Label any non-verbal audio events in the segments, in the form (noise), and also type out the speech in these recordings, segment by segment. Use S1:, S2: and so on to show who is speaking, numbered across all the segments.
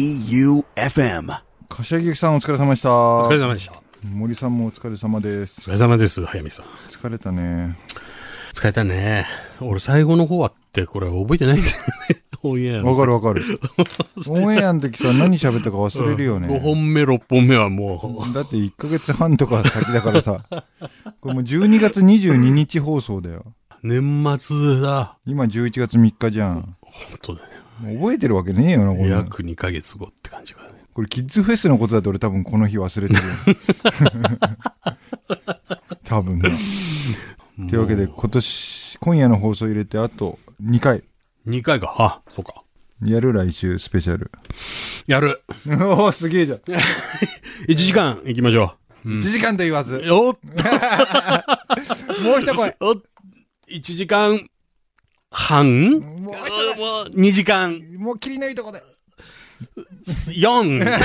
S1: J-O-E-U-F-M
S2: 柏木さんお疲れ様でした。
S3: お疲れ様でした。
S2: 森さんもお疲れ様です。
S3: お疲れ様です、早見さん。
S2: 疲れたね。
S3: 疲れたね。俺最後の方はって、これ覚えてないんだよね。 (laughs) オンエアの。
S2: わかるわか
S3: (laughs)
S2: る。オンエアの時さ、何喋ったか忘れるよ
S3: 5
S2: ね。
S3: 本目、6本目はも
S2: だって1ヶ月半とか先だか
S3: (laughs)
S2: らさ。これもう12月22日放送だよ。
S3: う、年末だ。
S2: 今11月3日じゃん。
S3: 本当だね。
S2: 覚えてるわけねえよな、これ。
S3: 約2ヶ月後って感じかね。
S2: これキッズフェスのことだと俺多分この日忘
S3: (laughs)
S2: れてるよ。多分な。というわけで今年、今夜の放送入れてあと2回
S3: 2回か。あ、そうか。
S2: やる来週スペシャル。
S3: やる。
S2: (laughs) おお、すげえじゃん。
S3: 1時間行きましょ
S2: 1時間と言わず
S3: う。。よっ
S2: もう一声。
S3: おっ !1 時間半も
S2: もう
S3: う2時間
S2: 一声。もう切りのいいとこで。
S3: (laughs) 4!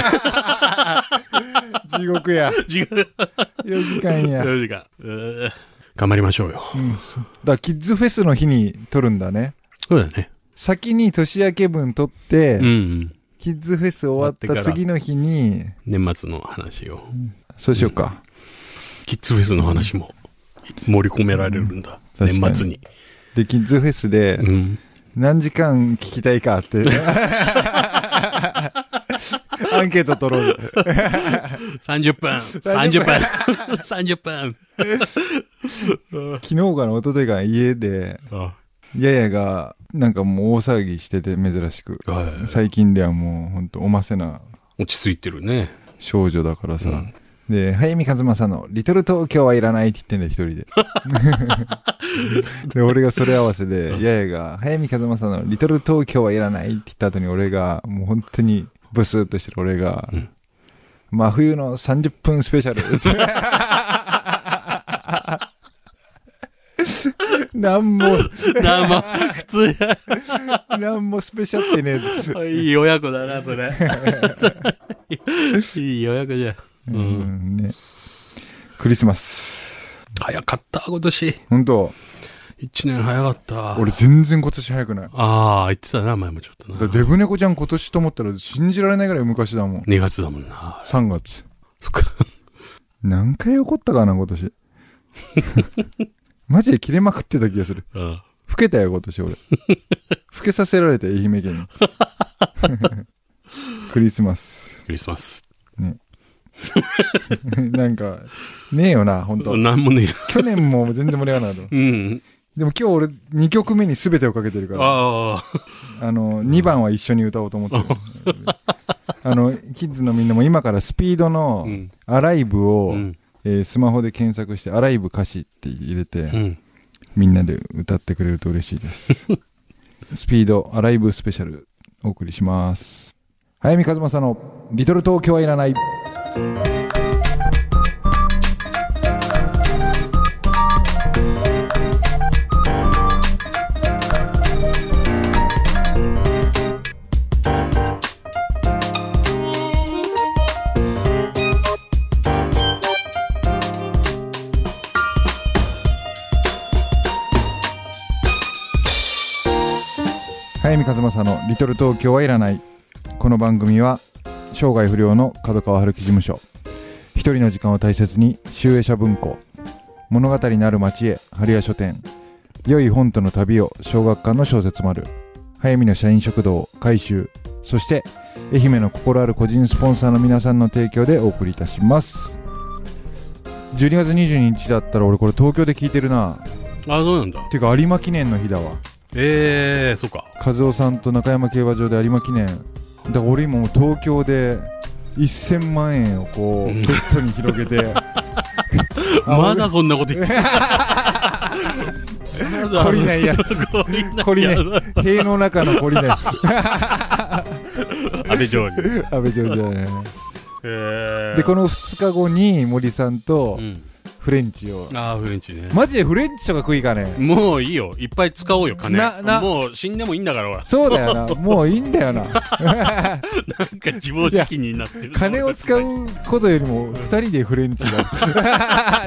S2: 地獄や。
S3: 違う。
S2: 4時間や。
S3: 4時間。うー頑張りましょうよ。
S2: うん、そうだキッズフェスの日に撮るんだね。
S3: そうだね。
S2: 先に年明け分撮って、
S3: うんうん。
S2: キッズフェス終わった次の日に、
S3: 年末の話を。
S2: そうしようか。
S3: キッズフェスの話も盛り込められるんだ。
S2: うん
S3: 年末に。
S2: で、キッズフェスで、
S3: うん。
S2: 何時間聞きたい
S3: (laughs)
S2: かって。アンケート取ろう。
S3: 30分 !30 分 !30 分
S2: 昨日から一昨日から家で、
S3: あ
S2: ややが、なんかもう大騒ぎしてて珍しく。
S3: はい
S2: 最近ではもうほんとおませな
S3: 落ち着いてるね。
S2: 少女だからさ。で、早見和正の、リトル東京はいらないって言ってんだよ、一
S3: (laughs)
S2: 人で。で、俺がそれ合わせで、ややが、早見和正の、リトル東京はいらないって言った後に俺が、もう本当にブスッとしてる俺が、
S3: うん
S2: 真冬の30分スペ
S3: (laughs)
S2: シャルって。なんも、
S3: なま、普通や。
S2: なんもスペシャルってねえぞ
S3: いい親子だな、それ。 (laughs) いい親子じゃ。う。
S2: うんんね。クリスマス。
S3: 早かった、今年。
S2: 本当
S3: 一年早かった。
S2: 俺全然今年早くない。
S3: ああ、言ってたな、前もちょっと
S2: だ
S3: な。
S2: デブ猫ちゃん今年と思ったら信じられないぐらい昔だもん。
S3: 2月だもんな。
S2: 3月。
S3: そっか。
S2: 何回怒ったかな、今年。 (laughs) マジで切れまくってた気がする。
S3: うん。
S2: 老けたよ、今年俺。老けさせられた愛媛県に。 (laughs) クリスマス。 (laughs)
S3: クリスマス。
S2: なんか、ねえよな、本当
S3: なんもね
S2: 去年も全然盛り上がらなかった。
S3: え。うん。
S2: でも今日俺2曲目に全てをかけてるから。
S3: ああ。
S2: あの、2番は一緒に歌おうと思ってる。
S3: (laughs)
S2: あの、キッズのみんなも今からスピードの
S3: うん
S2: アライブを、
S3: うん。
S2: えースマホで検索して、アライブ歌詞って入れて、
S3: うん。
S2: みんなで歌ってくれると嬉し
S3: (laughs)
S2: いです。スピードアライブスペシャルお送りします。早見和正のリトル東京はいらない。早見和正の「リトル東京はいらない」この番組は生涯不良の角川春樹事務所一人の時間を大切に集英社文庫物語なる町へ春屋書店良い本との旅を小学館の小説丸早見の社員食堂改修そして愛媛の心ある個人スポンサーの皆さんの提供でお送りいたします12月22日だったら俺これ東京で聞いてるな
S3: ああ、そうなんだ。
S2: ていうか有馬記念の日だわ
S3: ええー、そうか。
S2: 和夫さんと中山競馬場で有馬記念だから俺今もう東京で1000万円をこう
S3: うん
S2: ベッドに広
S3: (laughs)
S2: げてあ
S3: ま
S2: (laughs)
S3: だそんなこと言ってた。まだ
S2: 懲りない
S3: (laughs)
S2: や
S3: 懲りない。
S2: 懲りない塀の中の懲り
S3: (laughs)
S2: ない
S3: 安倍常
S2: (laughs)
S3: 時。
S2: 安倍上司だね
S3: えー
S2: でこの2日後に森さんと
S3: うん。
S2: フレンチを
S3: ああ、フレンチね。
S2: マジでフレンチとか食いかねえ
S3: もういいよ。いっぱい使おうよ、金。
S2: なな
S3: もう死んでもいいんだから、ほら。
S2: そうだよな
S3: (laughs)
S2: もういいんだよな
S3: なんか自暴自棄になってる。
S2: 金を使
S3: な
S2: うことよりも2人でフレンチ
S3: (laughs)
S2: が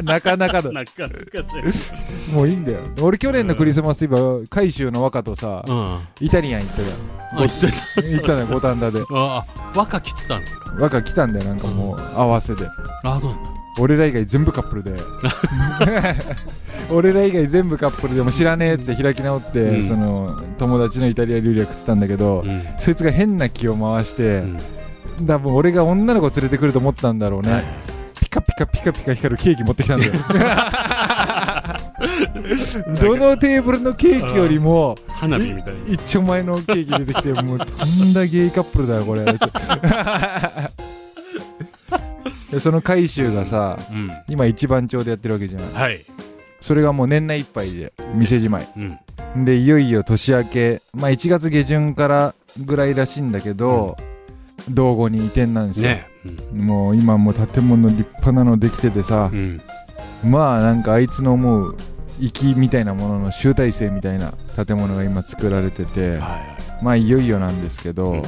S2: なかな
S3: かなか
S2: かだ
S3: ね。
S2: もういいんだよ俺去年のクリスマスイブは海州の若とさ
S3: うん。あ、
S2: イタリアン行ったよ
S3: 言ってた。
S2: 行ったのよ五反田で
S3: ああ、若来てたのか。
S2: 若来たんだよなんかもう合わせで
S3: ああ、そうなんだ。
S2: 俺ら以外全部カップ
S3: (laughs)
S2: ルで俺ら以外全部カップルでも知らねえって開き直って、
S3: うん
S2: その友達のイタリア料理は食ってたんだけど、
S3: うん。
S2: そいつが変な気を回して、
S3: うん
S2: 多分俺が女の子連れてくると思ったんだろうね、
S3: はい
S2: ピカピカピカピカ光るケーキ持ってき
S3: (laughs)
S2: たんだよどのテーブルのケーキよりも
S3: 花火みたいに。
S2: 一丁前のケーキ出てきてもうとんだゲイカップルだよこれでその海舟がさ、
S3: うん。
S2: 今一番町でやってるわけじゃない
S3: はい。
S2: それがもう年内いっぱいで店じまい
S3: うん。
S2: でいよいよ年明けまあ1月下旬からぐらいらしいんだけど、道後に移転なんですよ、
S3: ねえ。
S2: もう今もう建物立派なのできててさ
S3: う、ん。
S2: まあなんかあいつの思う粋みたいなものの集大成みたいな建物が今作られて
S3: うん。
S2: て
S3: は
S2: まあいよいよなんですけど、
S3: うん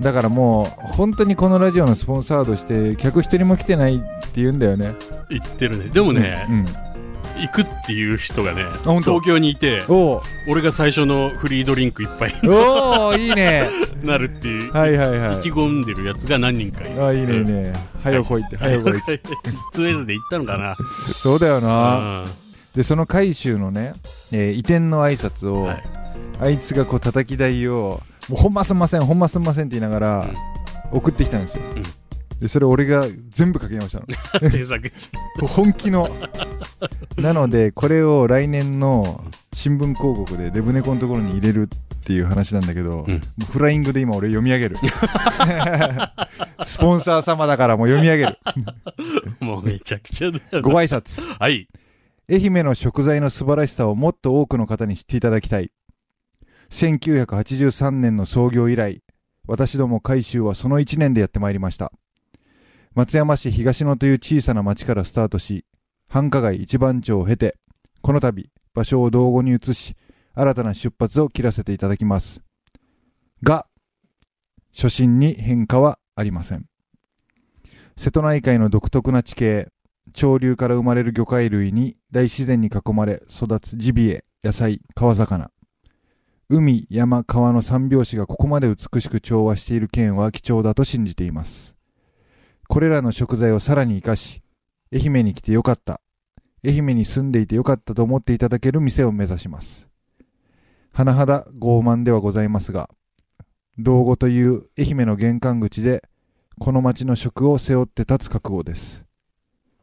S2: だからもう本当にこのラジオのスポンサードして客一人も来てないって言うんだよね
S3: い。行ってるね。でもね
S2: う、ん、
S3: 行くっていう人がね、
S2: 本当
S3: 東京にいて、
S2: おお
S3: 俺が最初のフリードリンクいっぱい (laughs)
S2: おおいいね
S3: になるっていう、
S2: はいはいは
S3: 意気
S2: い
S3: 込んでるやつが何人かいる。
S2: あいいねいいね早よ来いって早よ来いっ
S3: (laughs)
S2: て
S3: ツエズで行ったのかな。
S2: そうだよな
S3: うん
S2: でその海舟のね、えー移転の挨拶を、 (laughs)
S3: はい
S2: あいつがこう叩き台を「もうほんますんませんほんますんません」って言いながら、送ってきたんですよ、
S3: うん
S2: でそれ俺が全部書き直したの
S3: 添削して
S2: 本気のなのでこれを来年の新聞広告でデブ猫のところに入れるっていう話なんだけど、
S3: うん
S2: もうフライングで今俺読み上げる (laughs) スポンサー様だからもう読み上げる
S3: もうめちゃくちゃだよ
S2: ご
S3: な。
S2: 挨拶
S3: はい。
S2: 愛媛の食材の素晴らしさをもっと多くの方に知っていただきたい1983年の創業以来私ども海舟はその1年でやってまいりました松山市東野という小さな町からスタートし繁華街一番町を経てこの度場所を道後に移し新たな出発を切らせていただきますが初心に変化はありません瀬戸内海の独特な地形潮流から生まれる魚介類に大自然に囲まれ育つジビエ野菜川魚海山川の三拍子がここまで美しく調和している県は貴重だと信じていますこれらの食材をさらに生かし愛媛に来てよかった愛媛に住んでいてよかったと思っていただける店を目指します甚だ傲慢ではございますが道後という愛媛の玄関口でこの町の食を背負って立つ覚悟です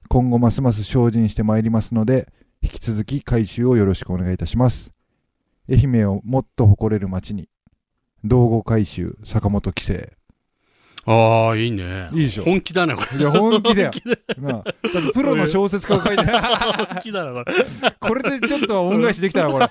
S2: 今後ますます精進してまいりますので引き続き改修をよろしくお願いいたします愛媛をもっと誇れる町に道後改修坂本規制
S3: ああ、いいね。
S2: いいでしょ
S3: 本気だ
S2: (laughs)
S3: ね、これ。
S2: いや本気だよ
S3: 本気
S2: なあ多分プロの小説家が書
S3: (laughs)
S2: いて
S3: 本気だな、これ。
S2: これでちょっと恩返しできたなこれ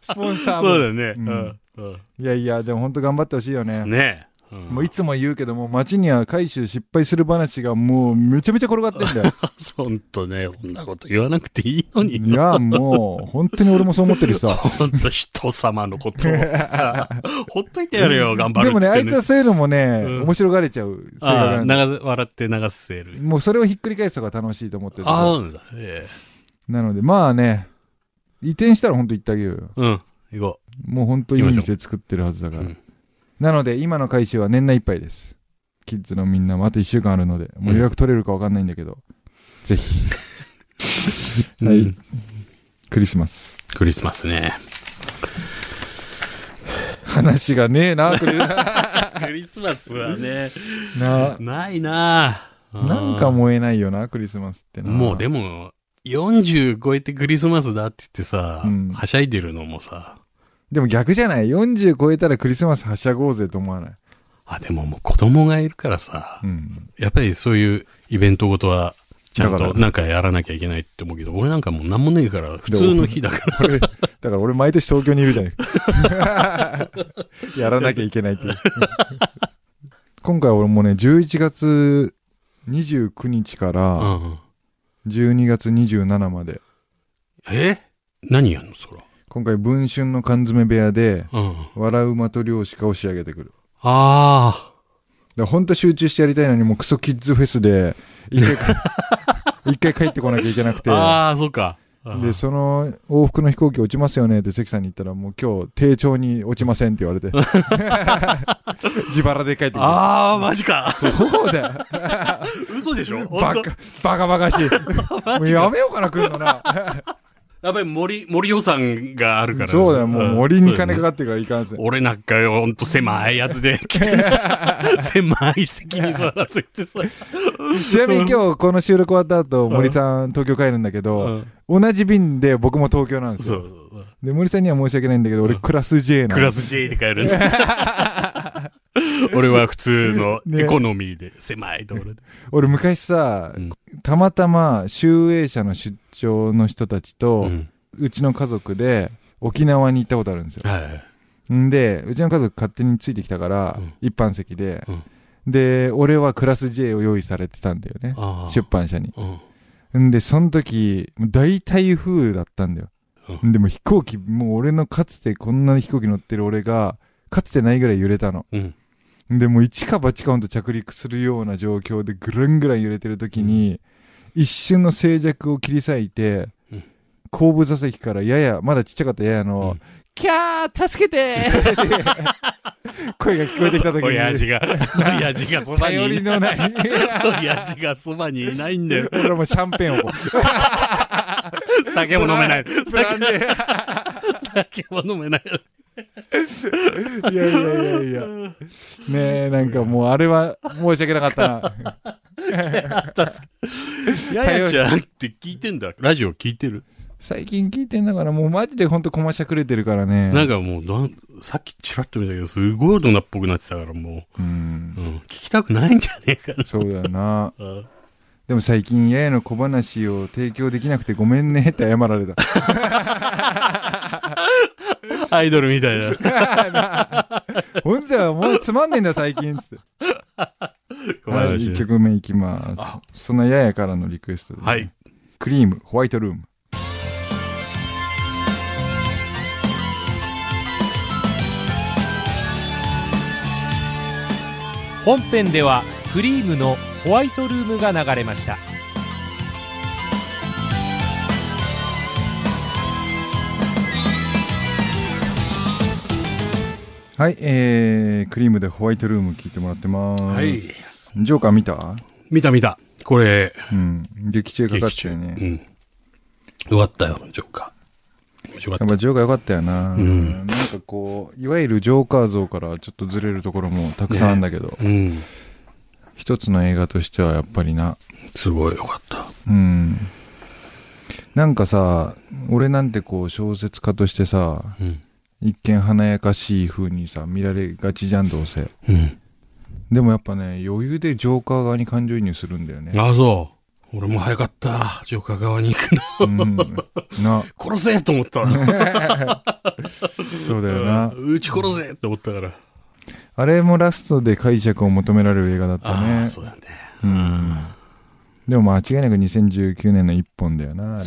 S2: スポンサー
S3: そうだ
S2: も
S3: よね。うん。
S2: いやいやでも本当頑張ってほしいよね
S3: うんねえ。ん
S2: もういつも言うけども町には改修失敗する話がもうめちゃめちゃ転がってんだよ
S3: ほんとね、こんなこと言わなくて (laughs) いいのに。
S2: いやもう本当に俺もそう思ってるしさ
S3: ほんと人様のこと
S2: (laughs)
S3: をさほっといてやれよ、頑張る
S2: で
S3: っつ
S2: も
S3: って
S2: ねあいつはそういうのもね、
S3: うん
S2: 面白がれちゃう性格
S3: あ
S2: な
S3: あ
S2: んだ
S3: 流す笑って流せる。
S2: もうそれをひっくり返すのが楽しいと思ってる
S3: ああ、うんだ。え
S2: なのでまあね移転したら本当行ってあげようよ
S3: えうん。行こ
S2: もう本当いい店作ってるはずだ
S3: う。
S2: か
S3: う
S2: ら、
S3: ん
S2: なので今の改修は年内いっぱいですキッズのみんなもあと1週間あるのでもう予約取れるか分かんないんだけど、ぜひはい、
S3: うん
S2: クリスマス
S3: クリスマスね。
S2: 話がねえなクリ
S3: (laughs)
S2: な
S3: クリスマスはね、
S2: あ
S3: ないなあ
S2: なんか燃えないよなクリスマスってな
S3: もうで
S2: も
S3: も、40超えてクリスマスだって言ってさ、
S2: うん
S3: はしゃいでるのもさ、
S2: でも逆じゃない40超えたらクリスマスはしゃごうぜと思わない、
S3: あ、でももう子供がいるからさ
S2: う、ん、
S3: やっぱりそういうイベントごとは、ちゃん
S2: だか
S3: と
S2: ら
S3: なんかやらなきゃいけないって思うけど、俺なんかもうなんもねえから、普通の日だから。
S2: これだから俺毎年東京にいるじゃない (laughs) やらなきゃいけないっていう今回俺もね11月29日か
S3: う
S2: ら
S3: ん。
S2: 12月27まで
S3: え何やんのそら。
S2: 今回文春の缶詰部屋で
S3: うん。
S2: 笑う的漁師かを仕上げてくる
S3: あ
S2: だ本当集中してやりたいのにもうクソキッズフェスで一
S3: (laughs)
S2: 回か一回帰ってこなきゃいけなく
S3: あ。
S2: て
S3: ああ、そうか。あー
S2: でその往復の飛行機落ちますよねって関さんに言ったらもう今日丁重に落ちませんって
S3: (laughs)
S2: 言われて自腹で帰ってきた
S3: あー、マジか。
S2: そうだよ
S3: 嘘でしょ
S2: バ
S3: 本当
S2: カバカバカしいもうやめようかな来るのな
S3: やっぱり森、森予算があるから。
S2: そうだよ、もう森に金か
S3: が。
S2: かってるからいかんせん。
S3: 俺なんかよ、ほんと狭いやつで来て、狭い席に座らせてさ。
S2: (laughs) ちなみに今日この収録終わった後、森さん東京帰るんだけ
S3: う
S2: ど、
S3: ん
S2: 同じ便で僕も東京なんです
S3: そう
S2: よ。
S3: そうそう。
S2: で、森さんには申し訳ないんだけど、俺クラス J な
S3: ク
S2: の
S3: ラ。ス J で帰るんだ俺は普通のエコノミーで、狭いところで。
S2: (laughs) 俺昔さ
S3: うん、
S2: たまたま集英社の出張の人たち
S3: う
S2: と、
S3: ん。
S2: うちの家族で沖縄に行ったことあるんですよ。
S3: はい。
S2: んで、うちの家族勝手についてきたから
S3: うん、
S2: 一般席で
S3: うん。
S2: で、俺はクラス J を用意されてたんだよね。
S3: ああ。
S2: 出版社に。
S3: うん。
S2: んで、その時、大台風だったんだ
S3: う
S2: よ。
S3: ん
S2: でも飛行機、もう俺のかつてこんな飛行機乗ってる俺が、かつてないぐらい揺れたの。
S3: うん。
S2: で、もう一か八かほんと着陸するような状況でぐるんぐらん揺れてる時に、一瞬の静寂を切り裂いて
S3: うん、
S2: 後部座席からやや、まだちっちゃかったややの、
S3: うん
S2: キャー助けて (laughs) ーって声が聞こえてきた時
S3: 親
S2: に、
S3: 父が、親父がそばに
S2: 頼
S3: い
S2: り
S3: ない。
S2: のない。
S3: 親父がそばにいないんだよ。
S2: 俺はもうシャンペンを
S3: (laughs)
S2: こう。
S3: 酒も飲め
S2: (laughs)
S3: ない。
S2: ブランデー
S3: 酒も飲めない。
S2: いやいやいやいや。ねえ、なんかもうあれは申し訳なかったな。
S3: ややちゃんって聞いてんだ。ラジオ聞いてる。
S2: 最近聞いてんだから、もうマジでほんとコマしゃくれてるからね。
S3: なんかもうなん、さっきチラッと見たけど、すごい大人っぽくなってたからも
S2: うん
S3: う、う。ん、聞きたくないんじゃね (laughs) えかな。
S2: そうだよな。
S3: うん
S2: でも最近、ややの小話を提供できなくてごめんねって謝
S3: (laughs)
S2: られた。
S3: アイドルみたいな。
S2: ほんとはもうつまんねえんだ最近っつって。はい、1曲目いきます。そんなややからのリクエストです
S3: はい。
S2: クリーム、ホワイトルーム。
S1: 本編ではクリームのホワイトルームが流れました
S2: はい、えー、クリームでホワイトルーム聞いてもらってます。
S3: はい。
S2: ジョーカー見た
S3: 見た見た。これ、
S2: うん。劇中かかってるね。
S3: うん。終わったよ、ジョーカー。面白か
S2: や
S3: っ
S2: っぱジョーカー良かったよな、
S3: ん
S2: なんかこういわゆるジョーカー像からちょっとずれるところもたくさんあるんだけど、
S3: た。うん。
S2: 一つの映画としてはやっぱりな
S3: すごいよかった。
S2: うんなんかさ俺なんてこう小説家としてさ
S3: うん。
S2: 一見華やかしい風にさ見られがちじゃんどうせ
S3: うん。
S2: でもやっぱね余裕でジョーカー側に感情移入するんだよね
S3: ああ、そう。俺も早かった。ジョーカー側に行くの。 (laughs)
S2: うんな
S3: 殺せと思った。う
S2: そうだよな、
S3: ん撃ち殺せって思ったから。
S2: あれもラストで解釈を求められる映画だった
S3: あ
S2: ね
S3: あ、そうだね。
S2: うんでも間違いなく2019年の一本だよな、あれ。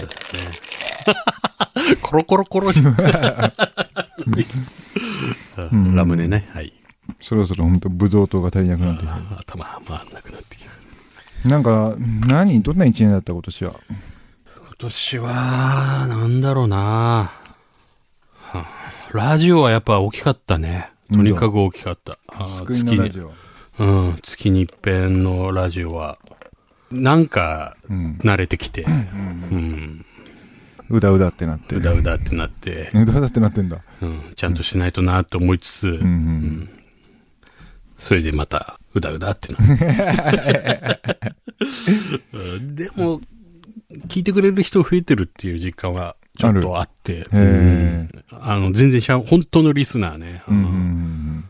S3: コロコロコロじゃんうんラムネね。はい。
S2: そろそろ本当ブドウ糖が足りなくなってき
S3: あ頭回んなくなってきた。
S2: た。なんか、何どんな一年だった今年は。
S3: 今年は、なんだろうな、はあラジオはやっぱ大きかったね。とにかく大きかった。あー
S2: 救いのラジオ。
S3: 月に、うん、月に一遍のラジオは、なんか、
S2: うん。
S3: 慣れてきて、うん、
S2: うだうだってなって。
S3: う
S2: うだ
S3: だうだってなって、
S2: うだってなってんだ。
S3: うん、ちゃんとしないとなって思いつつ、
S2: うんうん。
S3: それでまた、うだうだってな
S2: (laughs)
S3: るうんでも、聞いてくれる人増えてるっていう実感はちょっとあって、
S2: へえ。
S3: あの、全然しゃ、本当のリスナーね。
S2: うんうんうん
S3: うん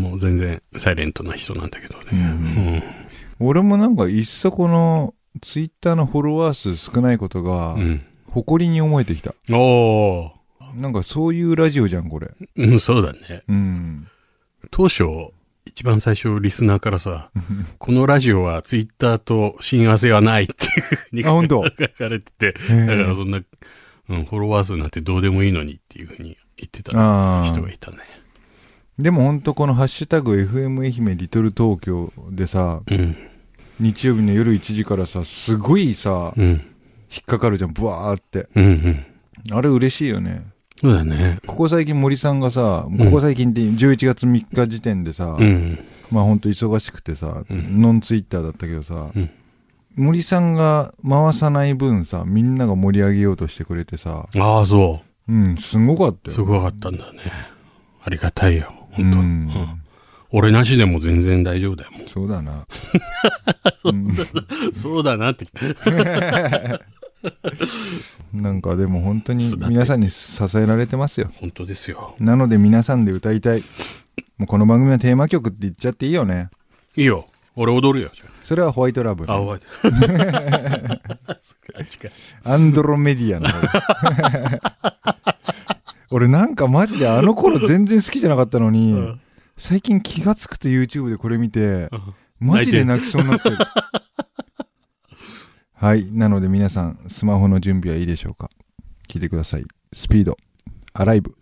S3: もう全然、サイレントな人なんだけど
S2: うんう
S3: ね。
S2: ん。俺もなんか、いっそこの、ツイッターのフォロワー数少ないことが
S3: うん。う、ん。
S2: 誇りに思えてきた。
S3: おー
S2: なんかそういうラジオじゃん、これ。
S3: うん、そうだね。
S2: うん。
S3: 当初、一番最初、リスナーからさ、このラジオはツイッターと親和性はないっていうふうに
S2: あ本
S3: (laughs)
S2: 当
S3: 書かれてて、
S2: ー
S3: だからそんな、うん、フォロワー数なんてどうでもいいのにっていうふうに言ってた
S2: あー
S3: 人がいたね。
S2: でも本当この「ハッシュタグ #FM 愛媛リトル東京」でさ
S3: うん、
S2: 日曜日の夜1時からさすごいさ
S3: うん、
S2: 引っかかるじゃんブワーって
S3: うん、うん。
S2: あれ嬉しいよね
S3: そうだね。
S2: ここ最近森さんがさここ最近って11月3日時点でさ、
S3: うん、
S2: まあ本当忙しくてさ、
S3: うん
S2: ノンツイッターだったけどさ、
S3: うん
S2: 森さんが回さない分さみんなが盛り上げようとしてくれてさ
S3: ああ、そ
S2: うんすごかっ
S3: う。
S2: たよ
S3: すごかったんだね。ありがたいよ。
S2: う
S3: 本当、う
S2: ん、
S3: ん俺なしでも全然大丈夫だよ。も
S2: そうだな
S3: うそうだなって。
S2: なんかでも本当に皆さんに支えられてますよ
S3: 本当ですよ。
S2: なので皆さんで歌いたいもうこの番組のテーマ曲って言っちゃっていいよね
S3: いいよ。俺踊るよ。
S2: それはホワイトラブ
S3: あ、覚えて近い。
S2: アンドロメディアの
S3: (laughs)
S2: 俺なんかマジであの頃全然好きじゃなかったのに、
S3: うん
S2: 最近気がつくと YouTube でこれ見て
S3: ん、
S2: マジで泣きそうにな
S3: (laughs)
S2: ってる。はい。なので皆さん、スマホの準備はいいでしょうか聞いてください。スピード、アライブ。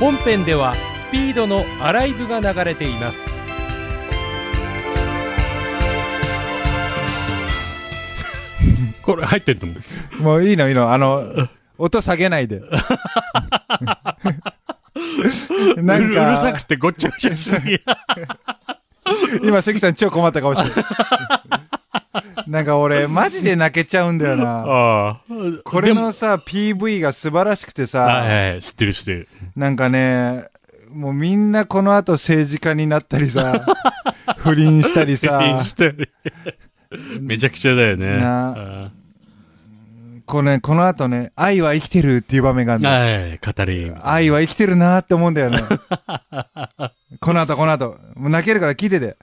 S1: 本編ではスピードのアライブが流れています
S3: (laughs) これ入ってんと思う。
S2: もういいのいいの。
S3: (laughs)
S2: あの、音下げないで。な
S3: うんるうるさく、
S2: か
S3: てごっちゃごちゃしす
S2: (laughs)
S3: ぎ。
S2: 今関さん超困った顔してる。 (laughs) なんか俺、マジで泣けちゃうんだよな。
S3: (laughs) ああ。
S2: これ
S3: でも
S2: のさ、PV が素晴らしくてさ、
S3: はいはい、知ってる知ってる。
S2: なんかね、もうみんなこの後政治家になったりさ、不倫したりさ、
S3: (laughs) 知
S2: (laughs)
S3: ってるめちゃくちゃだよね。
S2: な
S3: あ
S2: この,、ね、この後ね、愛は生きてるっていう場面がある
S3: あ
S2: の
S3: はい、語り。
S2: 愛は生きてるなって思うんだよね。 (laughs) この後この後、もう泣けるから聞いてて。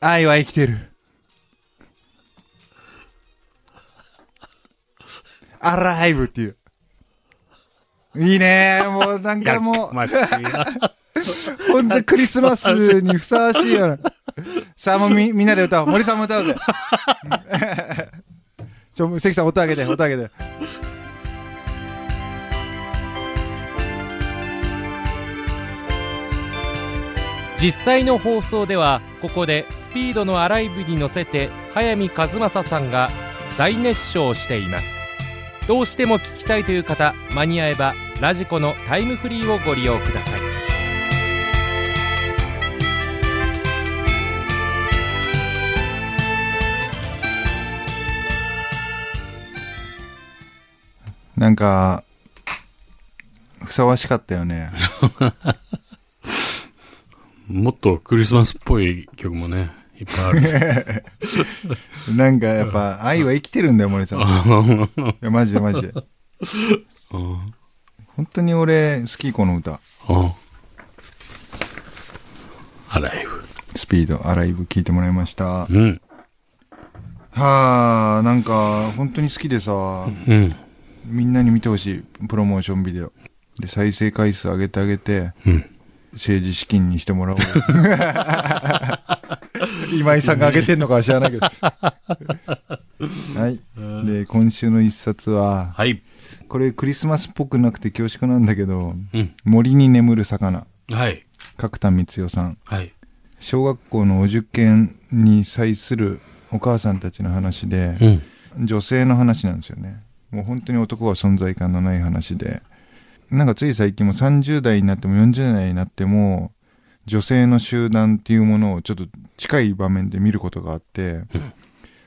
S2: 愛は生きてる。アライブっていう。いいねもうなんかもう。
S3: まあ
S2: ほんとクリスマスにふさわしい
S3: (laughs)
S2: よな。さあ、もうみ、みんなで歌おう。森さんも歌おうぜ。 (laughs) ちょ、関さん音上げて、音上げて。
S1: 実際の放送ではここでスピードのアライブに乗せて早見和正さんが大熱唱していますどうしても聞きたいという方間に合えばラジコのタイムフリーをご利用ください
S2: なんか、ふさわしかったよね。
S3: もっとクリスマスっぽい曲もね、いっぱいあ (laughs) るし。
S2: なんかやっぱ、愛は生きてるんだよ、森さん。いや、マジでマジで。
S3: うん
S2: 本当に俺、好き、この歌。
S3: うんアライ
S2: スピード、アライブ聴いてもらいました。
S3: ブ。うん。
S2: はあ、なんか、本当に好きでさ、
S3: うん。
S2: みんなに見てほしい、プロモーションビデオ。で、再生回数上げてあげて、
S3: うん。
S2: 政治資金にしてもらおう。今井さんが上げてんのかは知らないけど。はい。で、今週の一冊は、
S3: はい。
S2: これクリスマスっぽくなくて恐縮なんだけど、
S3: うん。
S2: 森に眠る魚、
S3: はい。
S2: 角田光代さん。
S3: はい。
S2: 小学校のお受験に際するお母さんたちの話で、
S3: うん。
S2: 女性の話なんですよねもう本当に男は存在感のない話でなんかつい最近も30代になっても40代になっても女性の集団っていうものをちょっと近い場面で見ることがあって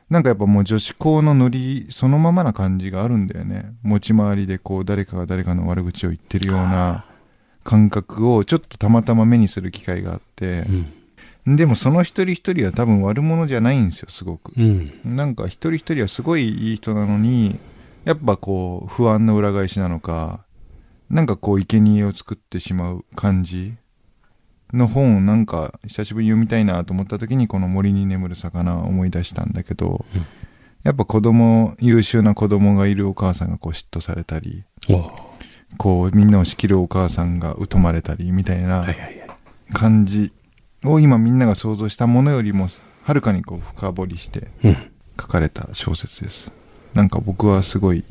S2: なんかやっぱもう女子校のノリそのままな感じがあるんだよね持ち回りでこう誰かが誰かの悪口を言ってるような感覚をちょっとたまたま目にする機会があって
S3: うん。
S2: でもその一人一人は多分悪者じゃないんですよすごく
S3: うん。
S2: なんか一人一人はすごいいい人なのにやっぱこう不安の裏返しなのかなんかこう生贄を作ってしまう感じの本をなんか久しぶりに読みたいなと思った時にこの「森に眠る魚」を思い出したんだけど、やっぱ子供、優秀な子供がいるお母さんがこう嫉妬されたり、
S3: おは
S2: こうみんなを仕切るお母さんが疎まれたりみたいない
S3: はいはい。
S2: 感じを今みんなが想像したものよりもはるかにこう深掘りして
S3: うん。
S2: 書かれた小説ですなんか僕はすごい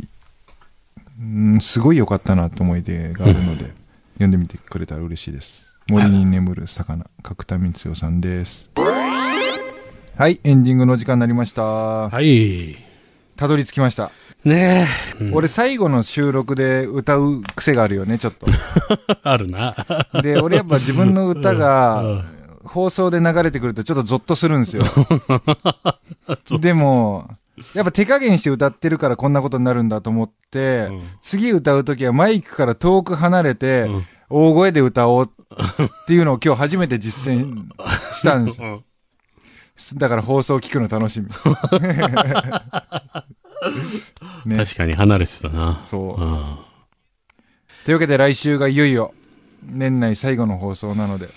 S2: うんすごい良かったなと思い出があるので読んでみてくれたら嬉しいです森に眠る魚角田光代さんですはいエンディングの時間になりました
S3: はい。
S2: たどり着きました、
S3: ねえ。うん
S2: 俺最後の収録で歌う癖があるよねちょっと
S3: (laughs) あるな。
S2: で、俺やっぱ自分の
S3: (laughs)
S2: 歌が、放送で流れてくるとちょっとゾッとするんですよ。でも、やっぱ手加減して歌ってるからこんなことになるんだと思って、
S3: うん
S2: 次歌うときはマイクから遠く離れて、
S3: うん
S2: 大声で歌おうっていうのを今日初めて実践したんです
S3: うん (laughs)
S2: だから放送を聞くの楽しみ。ね。
S3: 確かに離れてたな。
S2: そう
S3: うん。
S2: というわけで来週がいよいよ年内最後の放送なので、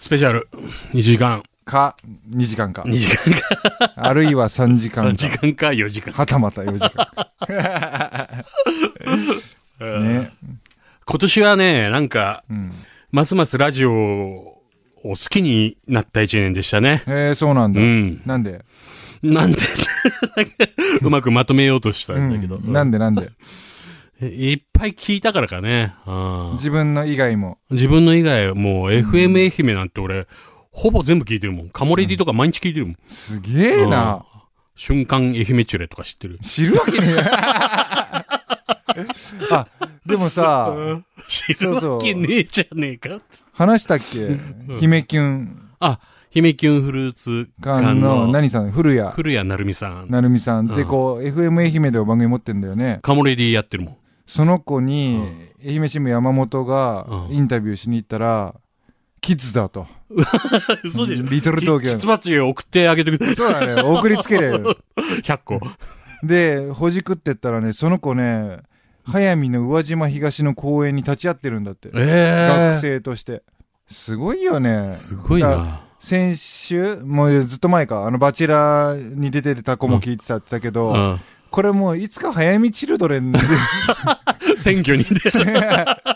S3: スペシャル。2時間。
S2: か、2時間
S3: (laughs)
S2: か。
S3: 2時間か。
S2: あるいは3時間
S3: 3
S2: か。
S3: 時間か4時間。
S2: はたまた4時
S3: (laughs)
S2: 間。ね。
S3: 今年はね、なんか、
S2: うん。
S3: ますますラジオを好きになった1年でしたね。
S2: えー、そうなんだ。
S3: うん
S2: なんで
S3: なんで、 (laughs) うまくまとめようとしたんだけど。
S2: うんなんでなんで
S3: いっぱい聞いたからかね。うん
S2: 自分の以外も。
S3: 自分の以外、もう FM 愛媛なんて俺、ほぼ全部聞いてるもん。カモレディとか毎日聞いてるもん。
S2: すげえな。。
S3: 瞬間愛媛チュレとか知ってる
S2: 知るわけねえ。
S3: (laughs)
S2: あ、でもさ、
S3: 知
S2: そう
S3: るわけねえじゃねえか。
S2: 話したっけ姫キュン
S3: あ、姫キュンフルーツ
S2: 館
S3: 館
S2: の
S3: の
S2: 何さん古谷
S3: 古谷成美さん。
S2: なるみさん。で、こう、FM 愛媛でお番組持ってんだよね。
S3: カモレディやってるもん。
S2: その子に、愛媛新聞山本が
S3: うん
S2: インタビューしに行ったら、キッズだと。
S3: 嘘でしょ。
S2: リトル東京
S3: きキッズバッチ送ってあげてくれ。
S2: そうだね。送りつけれ
S3: (laughs)
S2: よ。
S3: 100個。
S2: (laughs) で、ほじくってったらね、その子ね、早見の宇和島東の公園に立ち会ってるんだって。
S3: ええ
S2: 学。生として。すごいよね。
S3: すごい
S2: だから
S3: な。
S2: 先週、もうずっと前か、あの、バチェラーに出てた子も聞いてたって言ったけど、
S3: うん。
S2: これもういつか早見チルド
S3: (laughs)
S2: レンで、
S3: 選挙に出て。
S2: あ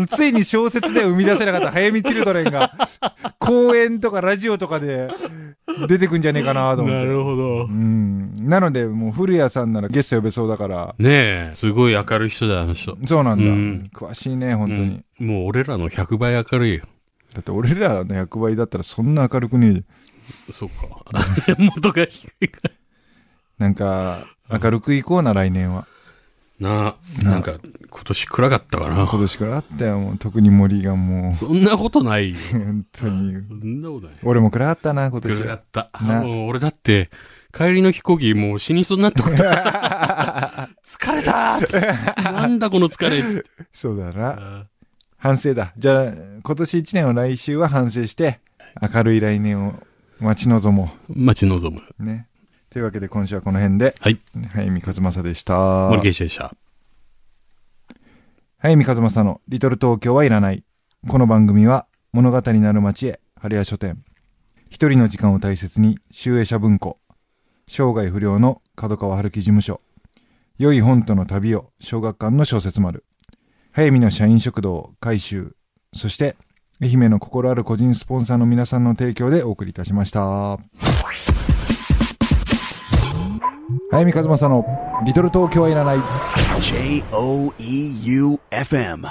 S2: の、ついに小説では生み出せなかった早見チルドレンが、公演とかラジオとかで出てくんじゃねえかなと思って。
S3: なるほど
S2: う。ん。なので、もう古谷さんならゲスト呼べそうだから、
S3: ねえ、すごい明るい人だよ、あの人。
S2: そうなんだ。
S3: うん
S2: 詳しいね、本当に。
S3: うんもう俺らの100倍明るいよ。
S2: だって俺らの役割だったらそんな明るくねえ。
S3: そうか。 (laughs) 元が低いから。
S2: なんか、明るくいこうな、来年は。
S3: なあ、なんか、今年暗かったか
S2: 今
S3: な。
S2: 年からあったよ、もう。特に森がもう、
S3: そんなことないよ。
S2: 本当に。
S3: そんなことない。
S2: 俺も暗かったな、今年
S3: 暗か
S2: は。
S3: った。
S2: な
S3: もう俺だって、帰りの飛行機もう死にそうになったこと疲れたーってなんだこの疲れっつって
S2: そうだな。反省だ。じゃあ、今年1年を来週は反省して、明るい来年を待ち望も
S3: 待ち望む。
S2: う。ね。というわけで今週はこの辺で、
S3: はい。
S2: はい、三和正でした。
S3: 森ゲイシでした。
S2: はい、三和正の「リトル東京はいらない」この番組は物語なる街へ春屋書店一人の時間を大切に集英社文庫生涯不良の角川春樹事務所良い本との旅を小学館の小説丸早見の社員食堂改修そして愛媛の心ある個人スポンサーの皆さんの提供でお送りいたしました早見和正の「リトル東京はいらない」
S4: J O E U F M.